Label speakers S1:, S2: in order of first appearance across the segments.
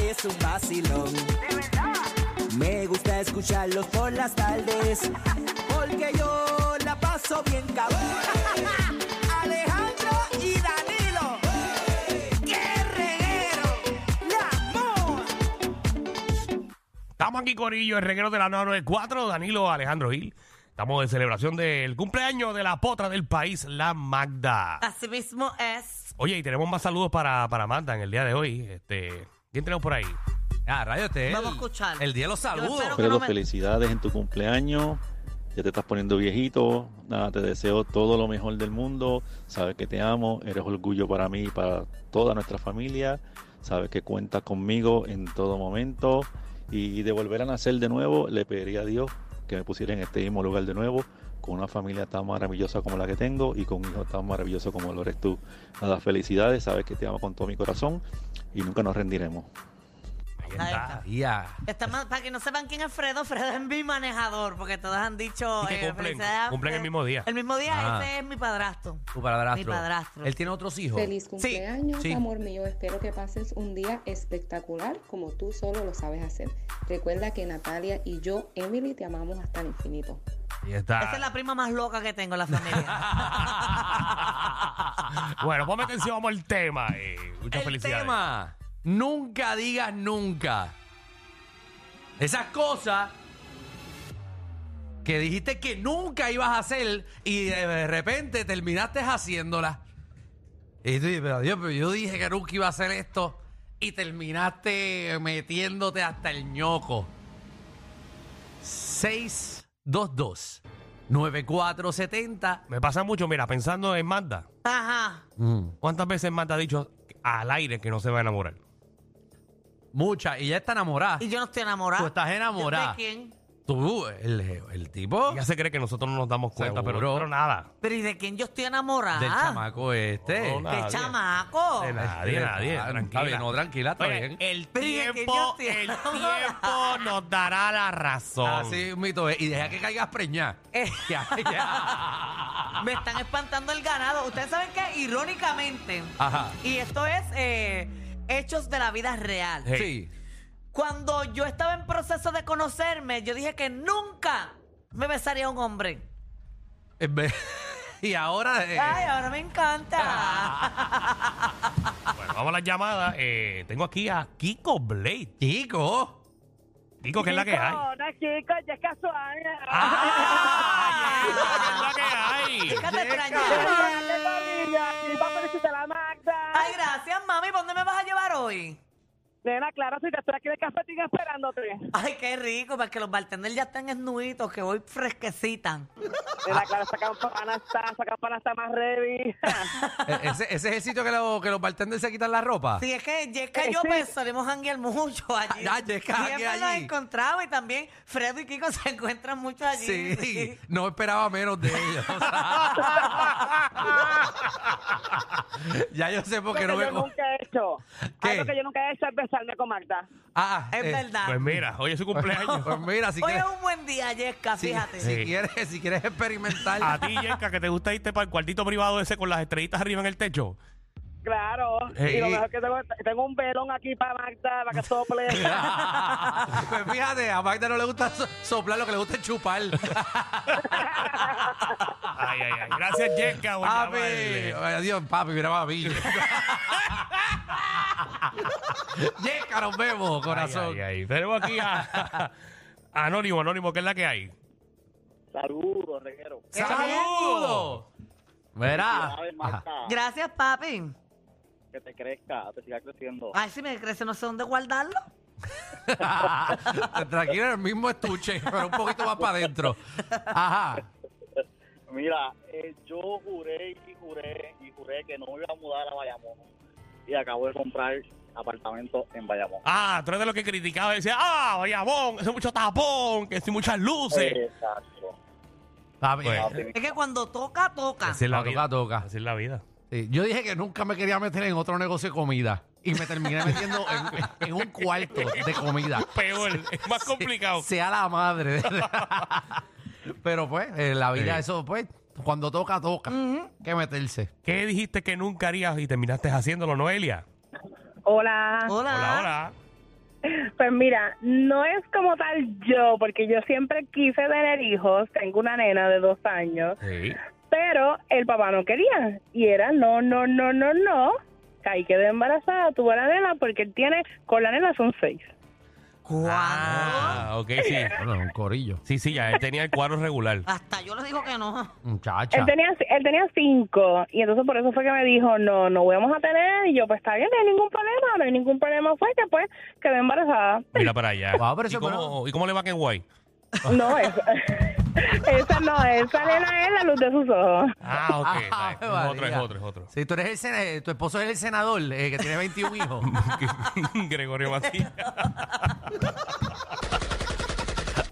S1: es un vacilón. De verdad. Me gusta escucharlos por las tardes. Porque yo la paso bien cabrón. Alejandro y Danilo. ¡Qué reguero! ¡La moa!
S2: Estamos aquí, Corillo, el reguero de la 994, Danilo Alejandro Gil. Estamos de celebración del cumpleaños de la potra del país, la Magda.
S3: Así mismo es.
S2: Oye, y tenemos más saludos para, para Magda en el día de hoy. Este, ¿Quién tenemos por ahí?
S4: Ah, rayo, este es
S3: Vamos a
S4: el-
S3: escuchar.
S4: El día de los
S3: Yo espero
S4: saludos.
S3: que
S5: Pero
S3: no me-
S5: felicidades en tu cumpleaños. Ya te estás poniendo viejito. Nada, te deseo todo lo mejor del mundo. Sabes que te amo. Eres orgullo para mí y para toda nuestra familia. Sabes que cuentas conmigo en todo momento. Y de volver a nacer de nuevo, le pediría a Dios que me pusiera en este mismo lugar de nuevo, con una familia tan maravillosa como la que tengo y con un hijo tan maravilloso como lo eres tú. Nada, felicidades. Sabes que te amo con todo mi corazón y nunca nos rendiremos.
S2: Ahí
S3: Ahí
S2: está.
S3: está.
S4: Ya.
S3: Estamos- para que no sepan quién es Fredo, Fredo es mi manejador, porque todos han dicho. eh,
S2: Y que cumplen-
S3: felicidades a
S2: cumplen el
S3: Fred.
S2: mismo día.
S3: El mismo día,
S4: Ah.
S3: ese es mi padrastro.
S4: Tu
S3: Mi
S4: padrastro.
S3: padrastro.
S4: Él tiene otros hijos.
S6: Feliz cumpleaños,
S4: sí.
S6: amor mío. Espero que pases un día espectacular como tú solo lo sabes hacer. Recuerda que Natalia y yo, Emily, te amamos hasta el infinito.
S4: Ahí
S2: Ah.
S4: está.
S3: Esa es la prima más loca que tengo en la familia.
S2: bueno, ponme atención, vamos al tema. eh, muchas
S4: el
S2: felicidades.
S4: tema. Nunca digas nunca. Esas cosas que dijiste que nunca ibas a hacer y de repente terminaste haciéndolas. Y tú dices, pero Dios, pero yo dije que nunca iba a hacer esto y terminaste metiéndote hasta el ñoco. 622 9470
S2: Me pasa mucho, mira, pensando en Magda.
S3: Ajá.
S2: ¿Cuántas veces Magda ha dicho al aire que no se va a enamorar?
S4: Mucha, y ya está enamorada.
S3: Y yo no estoy enamorada.
S4: Tú estás enamorada.
S3: ¿De quién?
S4: Tú, el, el tipo
S2: Ya se cree que nosotros no nos damos cuenta, pero,
S4: Seguro.
S2: pero nada.
S3: Pero ¿y de quién yo estoy enamorada?
S4: del chamaco este.
S2: Hola.
S3: De
S2: Nadie.
S3: chamaco.
S2: Ah, De nadie,
S4: Este,
S2: nadie.
S4: ah,
S2: Tranquila.
S4: está bien, no, tranquila, está
S2: Oye,
S4: bien.
S2: El
S3: Pero es que
S2: tiempo,
S3: yo estoy
S2: el
S3: enamorada.
S2: tiempo nos dará la razón.
S4: Así un mito es. Y deja que caigas preñada.
S3: Eh.
S4: Que- que- Ajá.
S3: Me están espantando el ganado. Ustedes saben que, irónicamente,
S2: Ah.
S3: y esto es eh, hechos de la vida real.
S2: Sí.
S4: Sí.
S3: Cuando yo estaba en proceso de conocerme, yo dije que nunca me besaría a un hombre.
S4: En vez- Eh, Y ahora. eh,
S3: Ay, ahora me
S4: Ah,
S3: encanta.
S2: Bueno, vamos a las llamadas. Eh, tengo aquí a Kiko Blade.
S4: Chico.
S2: Kiko, que es la que hay.
S7: No, no, chicos, ya es casual.
S2: ¡Ah! Kiko, que es la
S3: Chica,
S2: que
S3: te
S2: hay.
S3: extrañaba.
S7: Dale, familia, y va a felicitar a Magda.
S3: Ay, gracias, mami. ¿Por ¿Dónde me vas a llevar hoy?
S7: Nena, claro, si te estoy aquí en el cafetín esperándote.
S3: Ay, qué rico, porque los bartenders ya están esnuditos, que voy fresquecita.
S7: Nena, claro, esa campana está, esa campana está más ready.
S4: Eh, Ese, ese es el sitio que, lo- que los bartenders se quitan la ropa.
S3: Sí, es que Jessica y yo
S7: Sí.
S3: pues, solemos janguear mucho allí.
S4: Ah, Jessica
S3: Siempre
S4: janguea
S3: nos
S4: allí.
S3: encontramos y también Fredo y Kiko se encuentran mucho allí.
S4: Sí, no esperaba menos de ellos. ya yo sé por qué no
S7: Lo que yo
S4: me.
S7: nunca he hecho.
S4: ¿Qué?
S7: Algo que yo nunca he hecho es besarme con Magda.
S4: Ah,
S3: Es
S4: eh,
S3: verdad.
S2: Pues mira, hoy es su cumpleaños.
S4: Pues mira, si
S3: hoy
S4: quieres,
S3: es un buen día, Jessica,
S4: si,
S3: fíjate.
S4: si
S2: Sí.
S4: quieres, si quieres experimentar.
S2: A ti, Yenka, que te gusta irte para el cuartito privado ese con las estrellitas arriba en el techo.
S7: Claro.
S4: Hey.
S7: Y lo mejor que tengo, tengo un velón aquí para Magda, para que sople.
S4: pues fíjate, a Magda no le gusta so- soplar, lo que le gusta es chupar.
S2: Ay, ay, ay. Gracias, Yenka. por
S4: papi,
S2: llamarle.
S4: adiós, papi, mira, papi. Yesca, nos vemos, corazón.
S2: Ay, ay, ay. Tenemos aquí a, a Anónimo, Anónimo, que es la que hay.
S8: Saludos, reguero.
S4: ¡Saludos! Verá.
S8: Felicidades,
S4: Ajá.
S8: Marta.
S3: Gracias, papi.
S8: Que te crezca, te siga creciendo.
S3: Ay, si me crece, no sé dónde guardarlo.
S4: Tranquilo, en el mismo estuche, pero un poquito más para adentro. Ajá.
S8: Mira, eh, yo juré y juré y juré que no me iba a mudar a Bayamón. Y acabo de comprar apartamento en Bayamón.
S2: Ah, tú eres de los que criticaba y decía, ah, vaya bon, que es mucho tapón, que si muchas luces.
S4: Eh.
S8: Exacto.
S4: Está bien.
S8: Papi,
S3: Es que cuando toca, toca.
S2: Así es la
S4: Toca,
S2: vida.
S4: toca.
S2: Así es la vida.
S4: Sí, Yo dije que nunca me quería meter en otro negocio de comida. Y me terminé metiendo en, en un cuarto de comida.
S2: Peor, es más complicado.
S4: Sea la madre. Pero pues, eh, la vida,
S2: Sí.
S4: eso, pues, cuando toca, toca. Que meterse.
S2: ¿Qué dijiste que nunca harías y terminaste haciéndolo, Noelia?
S7: Hola.
S3: Hola.
S2: Hola, hola.
S7: Pues mira, no es como tal yo, porque yo siempre quise tener hijos. Tengo una nena de dos años,
S2: Sí.
S7: pero el papá no quería. Y era no, no, no, no, no. Ahí quedé embarazada, tuve a la nena, porque él tiene, con la nena son seis.
S2: Ah, ok, sí.
S4: Bueno, un corillo.
S2: Sí, sí, ya él tenía el cuadro regular.
S4: Ah.
S3: Hasta yo le digo que no.
S4: Muchacha.
S7: Él tenía, él tenía cinco, y entonces por eso fue que me dijo, no, no vamos a tener. Y yo, pues está bien, no hay ningún problema, no hay ningún problema. Fue que pues quedé embarazada.
S2: Mira para allá.
S4: Wow, Ah, pero
S2: ¿Y,
S4: eso
S2: cómo, ¿Y cómo le va a Kenway?
S7: No, esa, esa no, esa nena es la luz de sus ojos.
S2: Ah, ok.
S4: Ah,
S2: es otro, es
S4: María.
S2: otro, es otro.
S4: Sí, tú eres el sena- tu esposo es el senador eh, que tiene 21 hijos.
S2: Gregorio Matías.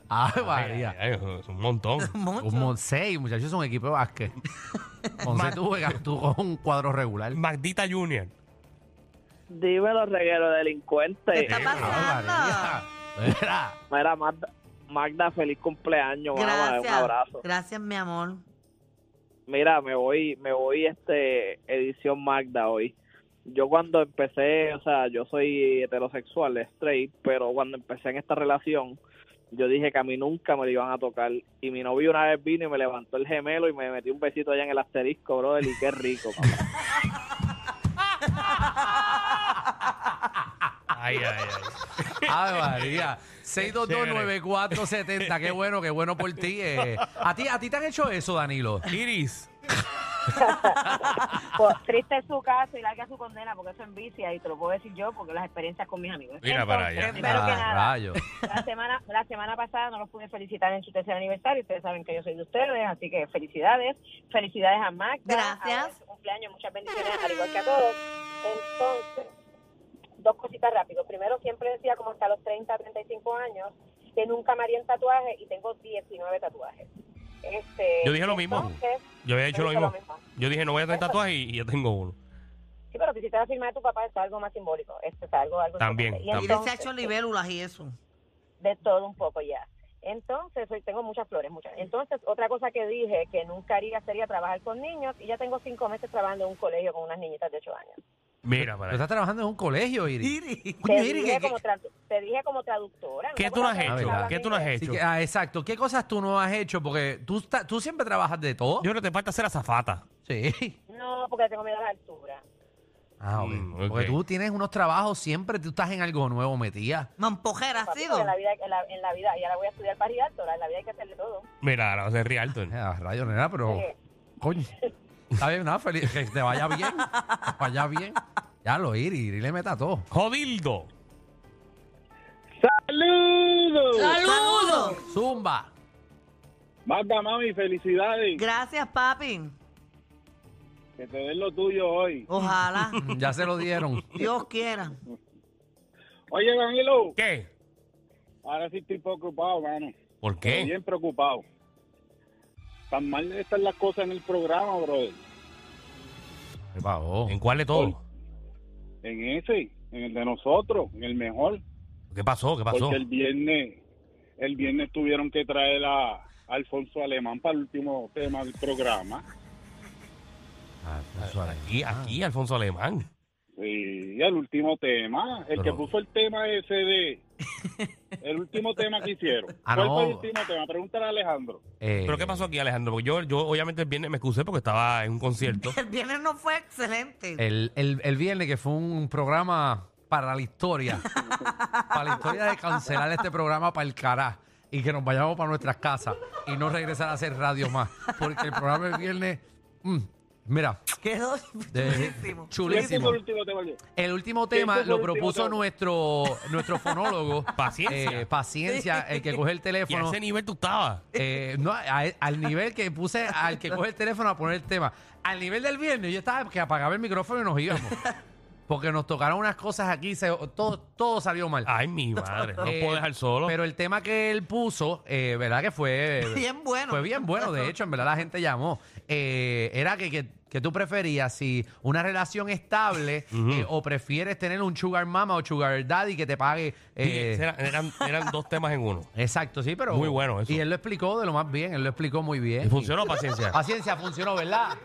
S4: Ah, María.
S2: Ay, es un montón.
S4: Un mon- seis, muchachos, es un equipo de básquet. Con seis tú juegas tú con un cuadro regular.
S2: Magdita Junior.
S7: Dímelo, reguero
S3: ¿Qué
S7: delincuente.
S3: está
S9: Ah,
S3: pasando?
S4: Ah, Mira,
S7: Mira, Magda, Magda, feliz cumpleaños. mamá, un
S3: Gracias.
S7: abrazo.
S3: Gracias, mi amor.
S7: Mira, me voy, me voy este edición Magda hoy. Yo cuando empecé, o sea, yo soy heterosexual, straight, pero cuando empecé en esta relación, yo dije que a mí nunca me lo iban a tocar. Y mi novio una vez vino y me levantó el gemelo y me metió un besito allá en el asterisco, brother, y qué rico. papá.
S2: Ay, ay, ay.
S4: Ave María. 6229470. Qué bueno, qué bueno por ti. eh. ¿A ti. A ti te han hecho eso, Danilo.
S2: Iris.
S9: Pues, triste es su caso y larga su condena porque eso envicia y te lo puedo decir yo porque las experiencias con mis amigos.
S2: Mira para allá.
S9: Primero que
S4: Ah,
S9: nada,
S4: rayo.
S9: la semana, la semana pasada no los pude felicitar en su tercer aniversario. Ustedes saben que yo soy de ustedes, así que felicidades. Felicidades a Magda.
S3: Gracias.
S9: a su cumpleaños, muchas bendiciones, al igual que a todos. Entonces, dos cositas rápido. Primero, siempre decía como hasta los 30, 35 años que nunca me haría un tatuaje y tengo 19 tatuajes. Este,
S2: Yo dije lo mismo.
S9: entonces,
S2: Yo había hecho lo
S9: hizo
S2: mismo. Yo dije, no voy a tener tatuaje y, y ya tengo uno.
S9: Sí, pero que si te la firma de tu papá es algo más simbólico. Esto es algo, algo
S2: También,
S9: importante.
S2: también.
S3: Y él se ha
S9: entonces,
S3: hecho libélulas y eso.
S9: De todo un poco ya. Entonces, hoy tengo muchas flores, muchas. Entonces, otra cosa que dije que nunca haría sería trabajar con niños y ya tengo cinco meses trabajando en un colegio con unas niñitas de ocho años.
S2: Mira
S4: Pero
S2: para allá.
S4: estás trabajando en un colegio, Iris.
S9: Te
S4: Coño, Iris,
S9: dije,
S4: ¿qué-
S9: como, tradu- te dije como traductora.
S2: ¿Qué
S9: una
S2: tú no
S9: cosa
S2: has
S9: que
S4: Ah,
S2: hecho?
S9: hablaba
S4: verdad.
S2: ¿Qué tú no has
S9: inglés.
S2: hecho?
S4: Así que, ah, exacto. ¿Qué cosas tú no has hecho? Porque tú, esta- tú siempre trabajas de todo.
S2: Yo creo que te falta ser azafata.
S4: Sí.
S9: No, porque tengo miedo a la altura.
S4: Ah, ok.
S2: Mm, ok.
S4: Porque tú tienes unos trabajos siempre, tú estás en algo nuevo metida.
S3: Mampojera ha
S9: Papi,
S3: sido.
S9: porque en la vida, en la, en la vida, y ahora voy a estudiar para Rialto, en la vida hay que hacerle todo.
S2: Mira, ahora va a ser Rialto.
S4: Eh, a rayo, nena, pero.
S9: Sí.
S4: Coño. Está bien, nada, feliz. Que te vaya bien. Que te vaya bien. Ya lo Iris, Iris le meta todo.
S2: Jodildo.
S8: ¡Saludos!
S3: ¡Saludos!
S4: Zumba.
S8: Magda, mami, felicidades.
S3: Gracias, papi.
S8: Que te den lo tuyo hoy.
S3: Ojalá.
S4: Mm, Ya se lo dieron.
S3: Dios quiera.
S8: Oye, Danilo,
S2: ¿Qué?
S8: ahora sí estoy preocupado, mano.
S2: ¿Por
S8: Estoy
S2: qué?
S8: Bien preocupado. Tan mal están las cosas en el programa, brother.
S4: ¿Qué pasó?
S2: ¿En cuál de todo?
S8: En ese, en el de nosotros, en el mejor.
S2: ¿Qué pasó? ¿Qué pasó?
S8: Porque el viernes, el viernes tuvieron que traer a Alfonso Alemán para el último tema del programa.
S4: Ah, eso ahí.
S2: Aquí, aquí,
S4: Ah.
S2: Alfonso Alemán.
S8: Y el último tema, el que
S2: Pero-
S8: puso el tema ese de... El último tema que hicieron.
S4: Ah,
S8: ¿Cuál fue el
S4: no.
S8: último tema? Pregúntale a Alejandro.
S4: Eh,
S2: ¿Pero qué pasó aquí, Alejandro? Porque yo, yo obviamente el viernes me excusé porque estaba en un concierto.
S3: El viernes no fue excelente.
S4: El, el, el viernes, que fue un programa para la historia. para la historia de cancelar este programa para el cará. Y que nos vayamos para nuestras casas. Y no regresar a hacer radio más. Porque el programa del viernes. mm, mira,
S3: Quedó
S4: de-
S3: chulísimo.
S8: ¿Quién puso
S4: chulísimo.
S8: el último tema?
S4: El último tema
S8: Ese fue
S4: lo
S8: el último
S4: propuso
S8: tema.
S4: nuestro, nuestro fonólogo.
S2: Paciencia.
S4: Eh, paciencia, el que coge el
S2: Y a
S4: teléfono.
S2: ese nivel tú estabas.
S4: eh, no, a- al nivel que puse al que coge el teléfono a poner el tema. Al nivel del viernes, yo estaba que apagaba el micrófono y nos íbamos. Porque nos tocaron unas cosas aquí, se- todo, todo salió mal.
S2: Ay, mi madre. Ah, No
S4: Eh,
S2: puedo dejar solo.
S4: Pero el tema que él puso, eh, ¿verdad? Que fue.
S3: Bien bueno.
S4: Fue bien bueno, de hecho, en verdad la gente llamó. Eh, era que, que, que tú preferías si una relación estable eh, o prefieres tener un sugar mama o sugar daddy que te pague. eh,
S2: Dije, eran, eran- eran dos temas en uno.
S4: exacto, sí, pero.
S2: Muy bueno eso.
S4: Y él lo explicó de lo más bien, él lo explicó muy bien. Ah,
S2: Y funcionó, paciencia.
S4: Paciencia, funcionó, ¿verdad?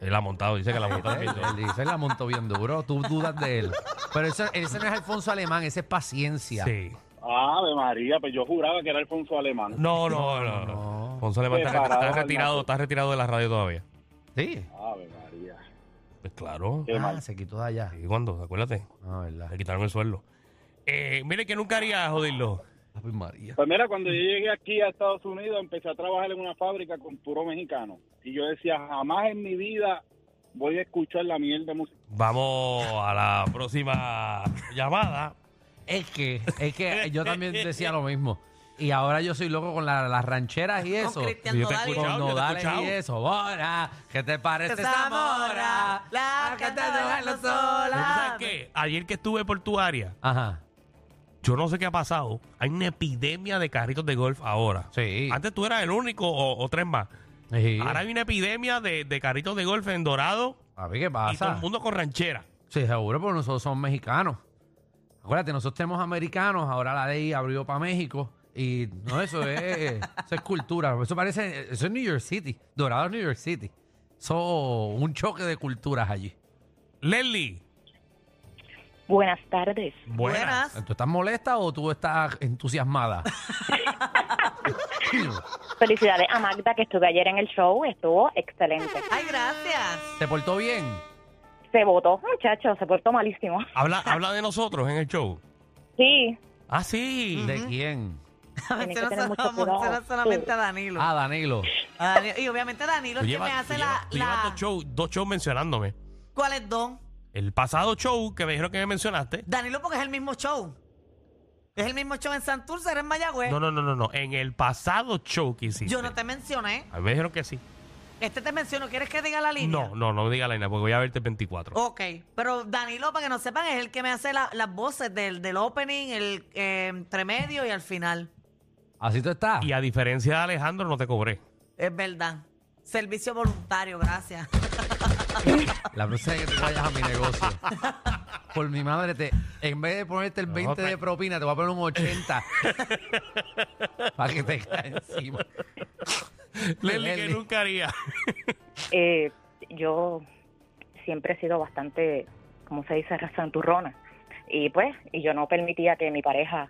S2: Él ha montado, dice que la montó. bien duro.
S4: Él dice, la montó bien duro. Tú dudas de él. Pero ese, ese no es Alfonso Alemán, ese es paciencia.
S2: Sí.
S8: Ave María, pues yo juraba que era Alfonso Alemán.
S2: No, no, no. no. Alfonso Alemán está,
S8: Preparado
S2: está
S8: al
S2: retirado,
S8: nacer.
S2: está retirado de la radio todavía.
S4: Sí.
S8: Ave María.
S2: Pues claro.
S8: Qué
S4: Ah,
S8: mal.
S4: se quitó de allá.
S2: ¿Y cuándo? Acuérdate.
S4: Ah, verdad.
S2: Le quitaron el sueldo. Eh, mire que nunca haría jodirlo.
S4: Ave María.
S8: Pues mira, cuando yo llegué aquí a Estados Unidos, empecé a trabajar en una fábrica con puro mexicano. Y yo decía, jamás en mi vida voy a escuchar la mierda musical.
S2: Vamos a la próxima llamada.
S4: Es que, es que yo también decía lo mismo. Y ahora yo soy loco con la- las rancheras y eso.
S3: Cristian
S2: Yo te
S3: Nodal y-
S2: escucho.
S4: Con
S2: yo te he
S4: nodales
S2: escuchado.
S4: y eso. Bora, ¿qué te parece
S3: Te
S4: esa
S3: Zamora,
S4: mora?
S3: la
S4: Ah, que te
S3: cantaba
S4: dejan los
S3: los sola.
S4: sola.
S2: ¿Sabes qué? Ayer que estuve por tu área,
S4: Ajá.
S2: yo no sé qué ha pasado. Hay una epidemia de carritos de golf ahora.
S4: Sí.
S2: Antes tú eras el único o, o tres más.
S4: Sí.
S2: Ahora hay una epidemia de, de carritos de golf en Dorado
S4: A ver qué
S2: y todo
S4: pasa.
S2: el mundo con ranchera.
S4: Sí, seguro, porque nosotros somos mexicanos. Acuérdate, nosotros tenemos americanos, ahora la ley abrió para México. Y no, eso es, eso es cultura. Eso parece, eso es New York City. Dorado es New York City. Eso un choque de culturas allí.
S2: Leslie,
S9: Buenas tardes.
S2: buenas.
S4: ¿Tú estás molesta o tú estás entusiasmada?
S9: Felicidades a Magda que estuve ayer en el show, estuvo excelente.
S3: Ay, gracias.
S4: ¿Te portó bien?
S9: Se votó, muchachos, se portó malísimo.
S2: Habla, habla de nosotros en el show.
S9: Sí,
S2: Ah, sí.
S4: ¿De quién?
S3: A
S9: Tiene que
S3: veces
S9: tener
S3: no
S9: mucho
S3: solamente-
S9: cuidado.
S3: no solamente a Danilo.
S4: Ah, Danilo.
S3: A Danilo. Y obviamente Danilo
S2: Tú
S3: es que
S2: llevas,
S3: me hace
S2: tú
S3: la...
S2: llevas- tú llevas
S3: la-
S2: dos shows dos shows mencionándome.
S3: ¿Cuál es Don?
S2: El pasado show que me dijeron que me mencionaste.
S3: Danilo porque es el mismo show. Es el mismo show en Santurce, era en Mayagüez.
S2: No, no, no, no, no. En el pasado show que hiciste.
S3: Pues- Yo no te mencioné.
S2: A mí me dijeron que sí.
S3: Este te menciono. ¿Quieres que diga la línea?
S2: No, no, no diga la línea porque voy a verte el 24.
S3: Ok, pero Danilo, para que no sepan, es el que me hace la- las voces del, del opening, el eh, entremedio y al final.
S4: Así tú estás.
S3: Oh.
S2: Y a diferencia de Alejandro, no te cobré.
S3: Es verdad. Servicio voluntario, gracias.
S4: La próxima vez que te vayas a mi negocio. Por mi madre, te, en vez de ponerte el 20 de
S2: tra-
S4: propina, te voy a poner un 80. para que te caiga encima.
S2: Leslie, que
S4: Leslie.
S2: nunca haría.
S9: eh, yo siempre he sido bastante, como se dice, santurrona. Y pues, y yo no permitía que mi pareja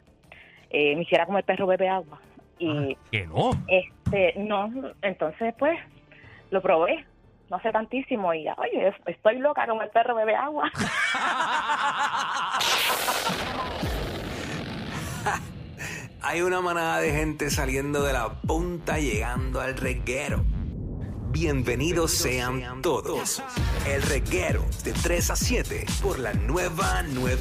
S9: eh, me hiciera como el perro bebe agua. Y
S2: Que no.
S9: este, no, entonces pues, lo probé. No sé tantísimo y, oye, es- estoy loca como el perro bebe agua.
S10: Hay una manada de gente saliendo de la punta llegando al reguero. Bienvenidos sean todos. El reguero de 3 a 7 por la nueva 9.